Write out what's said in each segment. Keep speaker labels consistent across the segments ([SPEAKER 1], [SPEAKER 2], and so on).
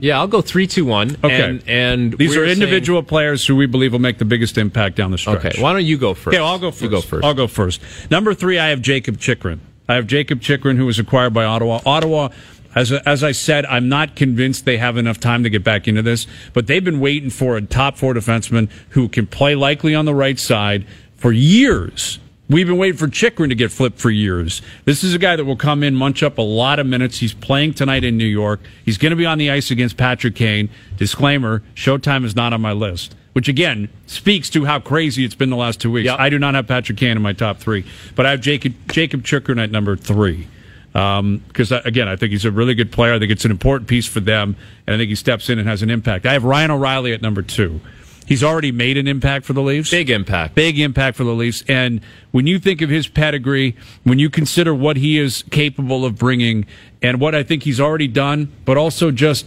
[SPEAKER 1] Yeah, I'll go three, two, one.
[SPEAKER 2] Okay.
[SPEAKER 1] And, and
[SPEAKER 2] These
[SPEAKER 1] we're
[SPEAKER 2] are
[SPEAKER 1] saying-
[SPEAKER 2] individual players who we believe will make the biggest impact down the stretch.
[SPEAKER 1] okay, why don't you go first?
[SPEAKER 2] Okay, well, I'll go first.
[SPEAKER 1] You go first.
[SPEAKER 2] I'll go first. Number three, I have Jacob Chikrin. I have Jacob Chikrin, who was acquired by Ottawa. Ottawa, as as I said, I'm not convinced they have enough time to get back into this, but they've been waiting for a top four defenseman who can play likely on the right side for years. We've been waiting for Chikrin to get flipped for years. This is a guy that will come in, munch up a lot of minutes. He's playing tonight in New York. He's going to be on the ice against Patrick Kane. Disclaimer: Showtime is not on my list, which again speaks to how crazy it's been the last two weeks.
[SPEAKER 1] Yep.
[SPEAKER 2] I do not have Patrick Kane in my top three, but I have Jacob Jacob Chikrin at number three. Because I again, I think he's a really good player. I think it's an important piece for them, and I think he steps in and has an impact. I have Ryan O'Reilly at number two. He's already made an impact for the Leafs.
[SPEAKER 1] Big impact.
[SPEAKER 2] Big impact for the Leafs. And when you think of his pedigree, when you consider what he is capable of bringing and what I think he's already done, but also just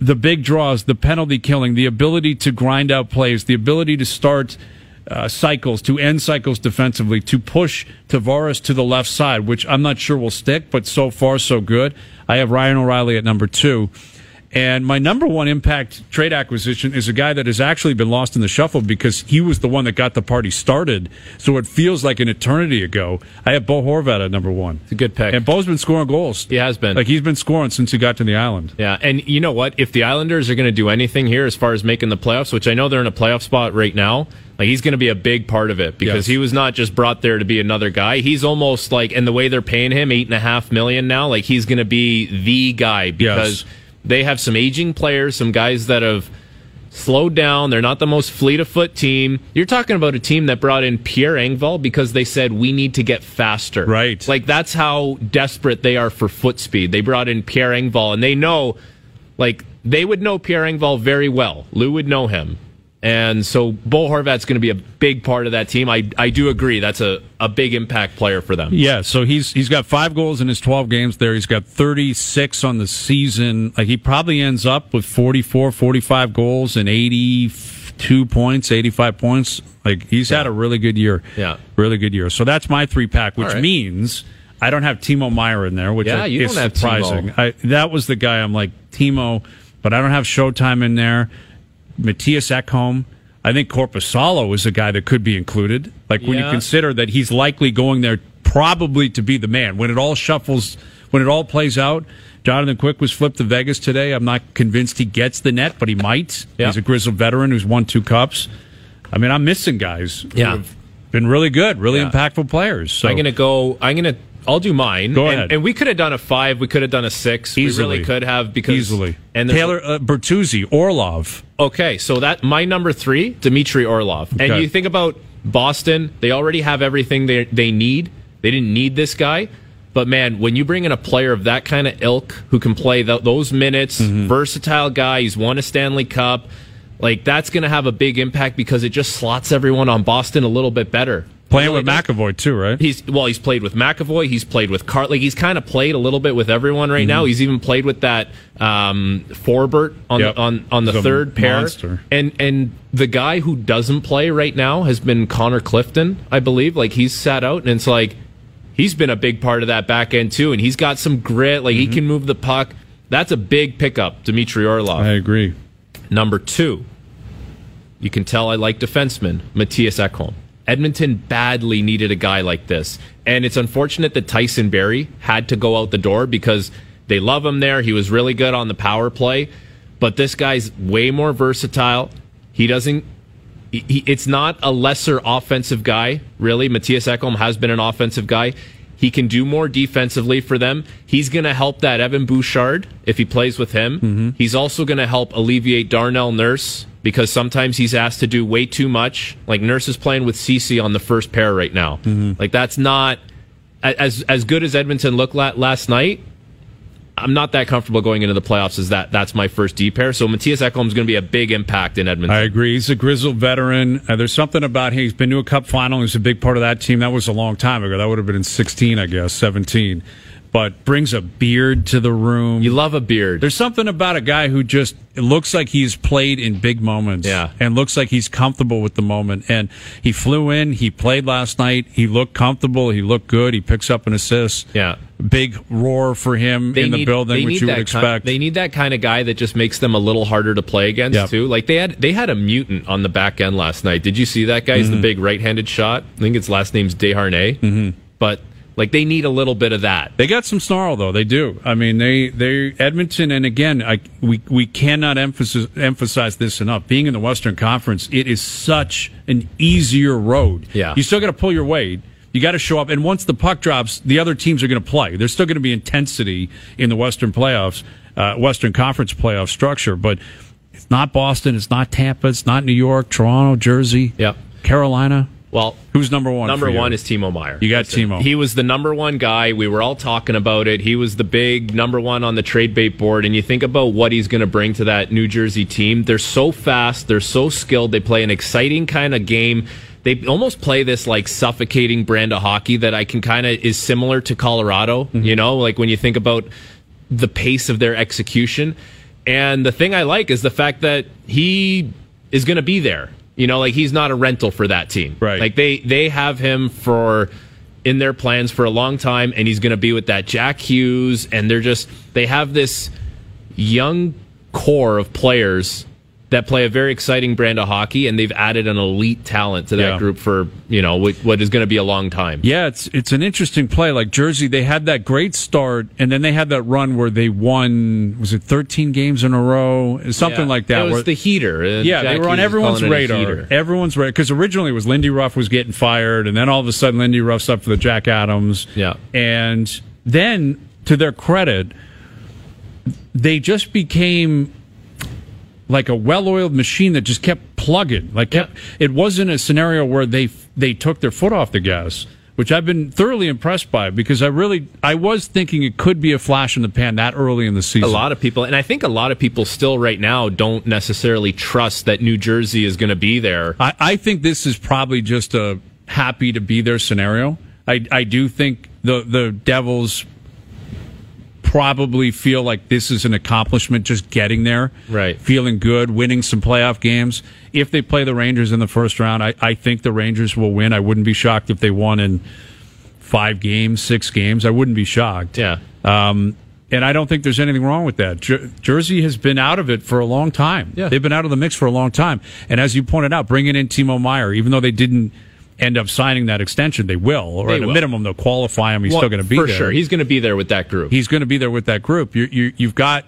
[SPEAKER 2] the big draws, the penalty killing, the ability to grind out plays, the ability to start uh, cycles, to end cycles defensively, to push Tavares to the left side, which I'm not sure will stick, but so far so good. I have Ryan O'Reilly at number two. And my number one impact trade acquisition is a guy that has actually been lost in the shuffle because he was the one that got the party started. So it feels like an eternity ago. I have Bo Horvat at number one. It's
[SPEAKER 1] a good pick.
[SPEAKER 2] And Bo's been scoring goals.
[SPEAKER 1] He has been.
[SPEAKER 2] Like he's been scoring since he got to the island.
[SPEAKER 1] Yeah, and you know what? If the Islanders are going to do anything here as far as making the playoffs, which I know they're in a playoff spot right now, like he's going to be a big part of it because
[SPEAKER 2] Yes.
[SPEAKER 1] he was not just brought there to be another guy. He's almost like, and the way they're paying him eight and a half million now, like he's going to be the guy because
[SPEAKER 2] Yes.
[SPEAKER 1] they have some aging players, some guys that have slowed down. They're not the most fleet of foot team. You're talking about a team that brought in Pierre Engvall because they said we need to get faster.
[SPEAKER 2] Right.
[SPEAKER 1] Like that's how desperate they are for foot speed. They brought in Pierre Engvall and they know like they would know Pierre Engvall very well. Lou would know him. And so Bo Horvat's going to be a big part of that team. I, I do agree. That's a, a big impact player for them.
[SPEAKER 2] Yeah, so he's he's got five goals in his twelve games there. He's got thirty six on the season. Like he probably ends up with 44, 45 goals and eighty two points, eighty five points. Like he's had a really good year.
[SPEAKER 1] Yeah.
[SPEAKER 2] really good year. So that's my three pack, which
[SPEAKER 1] All right.
[SPEAKER 2] means I don't have Timo Meyer in there, which
[SPEAKER 1] Yeah,
[SPEAKER 2] I-
[SPEAKER 1] you
[SPEAKER 2] is
[SPEAKER 1] don't have Timo.
[SPEAKER 2] surprising. I, that was the guy I'm like Timo, but I don't have Showtime in there. Matthias Ekholm. I think Corpusalo is a guy that could be included. Like when
[SPEAKER 1] Yeah.
[SPEAKER 2] you consider that he's likely going there probably to be the man when it all shuffles, when it all plays out. Jonathan Quick was flipped to Vegas today. I'm not convinced he gets the net, but he might.
[SPEAKER 1] Yeah.
[SPEAKER 2] He's a grizzled veteran who's won two cups. I mean, I'm missing guys. who
[SPEAKER 1] Yeah.
[SPEAKER 2] have been really good, really
[SPEAKER 1] Yeah.
[SPEAKER 2] impactful players. So
[SPEAKER 1] I'm gonna go. I'm gonna. I'll do mine.
[SPEAKER 2] Go
[SPEAKER 1] And-
[SPEAKER 2] ahead.
[SPEAKER 1] And, we could have done a five. We could have done a six. We really
[SPEAKER 2] Easily.
[SPEAKER 1] could have because
[SPEAKER 2] easily
[SPEAKER 1] And there's-
[SPEAKER 2] Taylor uh, Bertuzzi, Orlov.
[SPEAKER 1] Okay, so that my number three, Dmitry Orlov. And
[SPEAKER 2] Okay.
[SPEAKER 1] you think about Boston, they already have everything they they need. They didn't need this guy, but man, when you bring in a player of that kind of ilk who can play th- those minutes,
[SPEAKER 2] Mm-hmm.
[SPEAKER 1] versatile guy, he's won a Stanley Cup, like that's going to have a big impact because it just slots everyone on Boston a little bit better.
[SPEAKER 2] Playing
[SPEAKER 1] Really
[SPEAKER 2] with
[SPEAKER 1] does.
[SPEAKER 2] McAvoy too, right?
[SPEAKER 1] He's well. He's played with McAvoy. He's played with Cart. Like he's kind of played a little bit with everyone right
[SPEAKER 2] Mm-hmm.
[SPEAKER 1] now. He's even played with that um, Forbert on
[SPEAKER 2] Yep.
[SPEAKER 1] the, on on the
[SPEAKER 2] He's a
[SPEAKER 1] third pair.
[SPEAKER 2] monster.
[SPEAKER 1] And and the guy who doesn't play right now has been Connor Clifton, I believe. Like he's sat out, and it's like he's been a big part of that back end too. And he's got some grit. Like
[SPEAKER 2] Mm-hmm.
[SPEAKER 1] he can move the puck. That's a big pickup, Dmitry Orlov.
[SPEAKER 2] I agree.
[SPEAKER 1] Number two, you can tell I like defenseman Matthias Ekholm. Edmonton badly needed a guy like this, and it's unfortunate that Tyson Berry had to go out the door because they love him there. He was really good on the power play, but this guy's way more versatile. He doesn't. He, he- it's not a lesser offensive guy, really. Matthias Ekholm has been an offensive guy. He can do more defensively for them. He's going to help that Evan Bouchard if he plays with him. He's also going to help alleviate Darnell Nurse because sometimes he's asked to do way too much. Like Nurse is playing with CeCe on the first pair right now. Like that's not a- as as good as Edmonton looked la- last night. I'm not that comfortable going into the playoffs. Is that that's my first D pair? So Matthias Ekholm's going to be a big impact in Edmonton.
[SPEAKER 2] I agree. He's a grizzled veteran. Uh, there's something about him. He's been to a cup final. He's a big part of that team. That was a long time ago. That would have been in 16, I guess, 17. but brings a beard to the room.
[SPEAKER 1] You love a beard.
[SPEAKER 2] There's something about a guy who just looks like he's played in big moments.
[SPEAKER 1] Yeah.
[SPEAKER 2] And looks like he's comfortable with the moment. And he flew in, he played last night, he looked comfortable, he looked good, he picks up an assist.
[SPEAKER 1] Yeah.
[SPEAKER 2] Big roar for him in the building, which you would
[SPEAKER 1] that
[SPEAKER 2] expect.
[SPEAKER 1] Kind, they need that kind of guy that just makes them a little harder to play against
[SPEAKER 2] Yep.
[SPEAKER 1] too. Like they had they had a mutant on the back end last night. Did you see that guy? He's
[SPEAKER 2] Mm-hmm.
[SPEAKER 1] the big right-handed shot. I think its last name's Deharnay. Mm-hmm. But like they need a little bit of that.
[SPEAKER 2] They got some snarl though. They do. I mean, they they Edmonton, and again, I, we we cannot emphasize emphasize this enough. Being in the Western Conference, it is such an easier road.
[SPEAKER 1] Yeah.
[SPEAKER 2] you still got to pull your weight. You got to show up, and once the puck drops, the other teams are going to play. There's still going to be intensity in the Western playoffs, uh, Western Conference playoff structure. But it's not Boston, it's not Tampa, it's not New York, Toronto, Jersey,
[SPEAKER 1] Yep.
[SPEAKER 2] Carolina.
[SPEAKER 1] Well,
[SPEAKER 2] Who's number one?
[SPEAKER 1] number
[SPEAKER 2] for you?
[SPEAKER 1] one is Timo Meyer.
[SPEAKER 2] You got Timo.
[SPEAKER 1] He was the number one guy. We were all talking about it. He was the big number one on the trade bait board. And you think about what he's going to bring to that New Jersey team. They're so fast. They're so skilled. They play an exciting kind of game. They almost play this like suffocating brand of hockey that I can kind of is similar to Colorado.
[SPEAKER 2] Mm-hmm.
[SPEAKER 1] You know, like when you think about the pace of their execution. And the thing I like is the fact that he is going to be there. You know, like he's not a rental for that team.
[SPEAKER 2] Right.
[SPEAKER 1] Like they they have him for in their plans for a long time, and he's going to be with that Jack Hughes, and they're just they have this young core of players that play a very exciting brand of hockey, and they've added an elite talent to that
[SPEAKER 2] Yeah.
[SPEAKER 1] group for you know what, what is going to be a long time.
[SPEAKER 2] Yeah, it's it's an interesting play. Like Jersey, they had that great start, and then they had that run where they won. Was it thirteen games in a row, something like that?
[SPEAKER 1] It was
[SPEAKER 2] where-
[SPEAKER 1] the heater. and
[SPEAKER 2] yeah,
[SPEAKER 1] Jack
[SPEAKER 2] they were on
[SPEAKER 1] Hughes is
[SPEAKER 2] everyone's
[SPEAKER 1] calling it a
[SPEAKER 2] radar.
[SPEAKER 1] heater.
[SPEAKER 2] Everyone's radar because originally it was Lindy Ruff was getting fired, and then all of a sudden Lindy Ruff's up for the Jack Adams.
[SPEAKER 1] Yeah.
[SPEAKER 2] and then to their credit, they just became like a well-oiled machine that just kept plugging. Like kept, it wasn't a scenario where they they took their foot off the gas, which I've been thoroughly impressed by because I really I was thinking it could be a flash in the pan that early in the season.
[SPEAKER 1] A lot of people, and I think a lot of people still right now don't necessarily trust that New Jersey is going to be there.
[SPEAKER 2] I, I think this is probably just a happy to be there scenario. I, I do think the the Devils probably feel like this is an accomplishment just getting there.
[SPEAKER 1] Right.
[SPEAKER 2] Feeling good, winning some playoff games. If they play the Rangers in the first round, I, I think the Rangers will win. I wouldn't be shocked if they won in five games, six games. I wouldn't be shocked.
[SPEAKER 1] Yeah.
[SPEAKER 2] Um, and I don't think there's anything wrong with that. Jer- Jersey has been out of it for a long time.
[SPEAKER 1] Yeah.
[SPEAKER 2] They've been out of the mix for a long time. And as you pointed out, bringing in Timo Meyer, even though they didn't end up signing that extension, they will, or
[SPEAKER 1] They
[SPEAKER 2] at a
[SPEAKER 1] will.
[SPEAKER 2] minimum, they'll qualify him. He's
[SPEAKER 1] Well,
[SPEAKER 2] still going to be
[SPEAKER 1] for
[SPEAKER 2] there.
[SPEAKER 1] sure. He's going to be there with that group.
[SPEAKER 2] He's going to be there with that group. You, you, you've got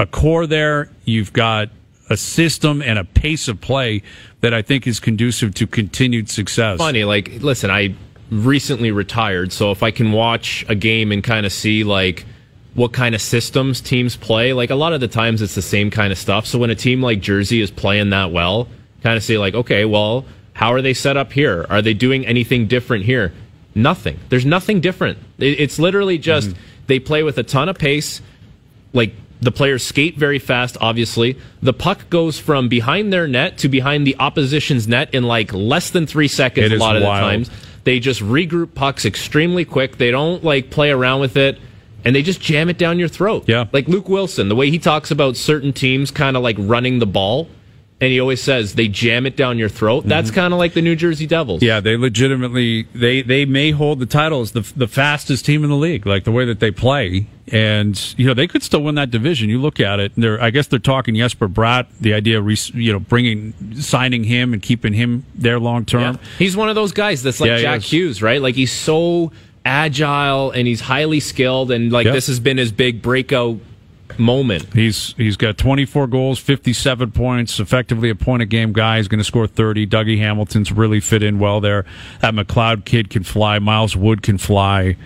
[SPEAKER 2] a core there. You've got a system and a pace of play that I think is conducive to continued success.
[SPEAKER 1] funny. Like, listen, I recently retired, so if I can watch a game and kind of see like what kind of systems teams play, like a lot of the times it's the same kind of stuff. So when a team like Jersey is playing that well, kind of see like, okay, well, how are they set up here? Are they doing anything different here? Nothing. There's nothing different. It- It's literally just they play with a ton of pace like the players skate very fast obviously the puck goes from behind their net to behind the opposition's net in like less than three seconds
[SPEAKER 2] It
[SPEAKER 1] a
[SPEAKER 2] is
[SPEAKER 1] lot of
[SPEAKER 2] wild.
[SPEAKER 1] the times they just regroup pucks extremely quick they don't like play around with it and they just jam it down your throat
[SPEAKER 2] Yeah.
[SPEAKER 1] like luke wilson the way he talks about certain teams kind of like running the ball and he always says they jam it down your throat that's
[SPEAKER 2] Mm-hmm.
[SPEAKER 1] kind of like the new jersey devils
[SPEAKER 2] Yeah, they legitimately they they may hold the title as the the fastest team in the league, like the way that they play, and you know they could still win that division. You look at it, and they're I guess they're talking Jesper Bratt, the idea of re- you know bringing signing him and keeping him there long term.
[SPEAKER 1] Yeah. He's one of those guys that's like
[SPEAKER 2] Yeah, he
[SPEAKER 1] Jack
[SPEAKER 2] is.
[SPEAKER 1] Hughes, right? Like he's so agile and he's highly skilled, and like
[SPEAKER 2] Yeah.
[SPEAKER 1] this has been his big breakout moment.
[SPEAKER 2] He's he's got 24 goals, 57 points, effectively a point a game guy. He's going to score 30. Dougie Hamilton's really fit in well there. That McLeod kid can fly. Miles Wood can fly.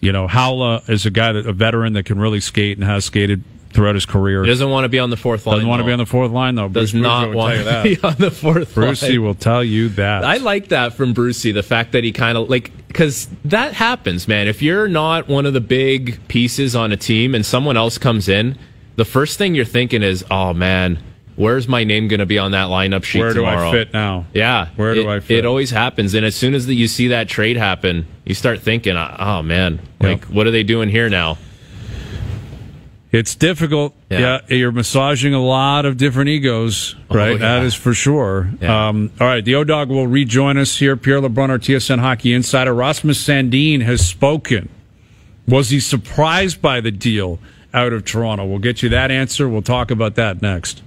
[SPEAKER 2] You know, Howla is a guy that a veteran that can really skate and has skated throughout his career.
[SPEAKER 1] He doesn't want to be on the fourth line.
[SPEAKER 2] Doesn't want to be on the fourth line though.
[SPEAKER 1] Does
[SPEAKER 2] Bruce
[SPEAKER 1] not
[SPEAKER 2] Boudreau will
[SPEAKER 1] want
[SPEAKER 2] tell
[SPEAKER 1] to
[SPEAKER 2] you
[SPEAKER 1] be
[SPEAKER 2] that.
[SPEAKER 1] on the fourth
[SPEAKER 2] Brucey
[SPEAKER 1] line.
[SPEAKER 2] will tell you that.
[SPEAKER 1] I like that from Brucey, the fact that he kind of like, because that happens, man. If you're not one of the big pieces on a team and someone else comes in, the first thing you're thinking is, oh man, where's my name going to be on that lineup sheet
[SPEAKER 2] Where do
[SPEAKER 1] tomorrow?
[SPEAKER 2] I fit now?
[SPEAKER 1] Yeah.
[SPEAKER 2] Where do
[SPEAKER 1] it,
[SPEAKER 2] I fit?
[SPEAKER 1] It always happens. And as soon as that you see that trade happen, you start thinking, oh man, like
[SPEAKER 2] Yeah.
[SPEAKER 1] what are they doing here now?
[SPEAKER 2] It's difficult. Yeah.
[SPEAKER 1] Yeah. Oh,
[SPEAKER 2] you're massaging a lot of different egos, right? That
[SPEAKER 1] yeah.
[SPEAKER 2] is for sure.
[SPEAKER 1] Yeah.
[SPEAKER 2] Um, all right, the O Dog will rejoin us here. Pierre LeBrun, our TSN hockey insider, Rasmus Sandin has spoken. Was he surprised by the deal out of Toronto? We'll get you that answer. We'll talk about that next.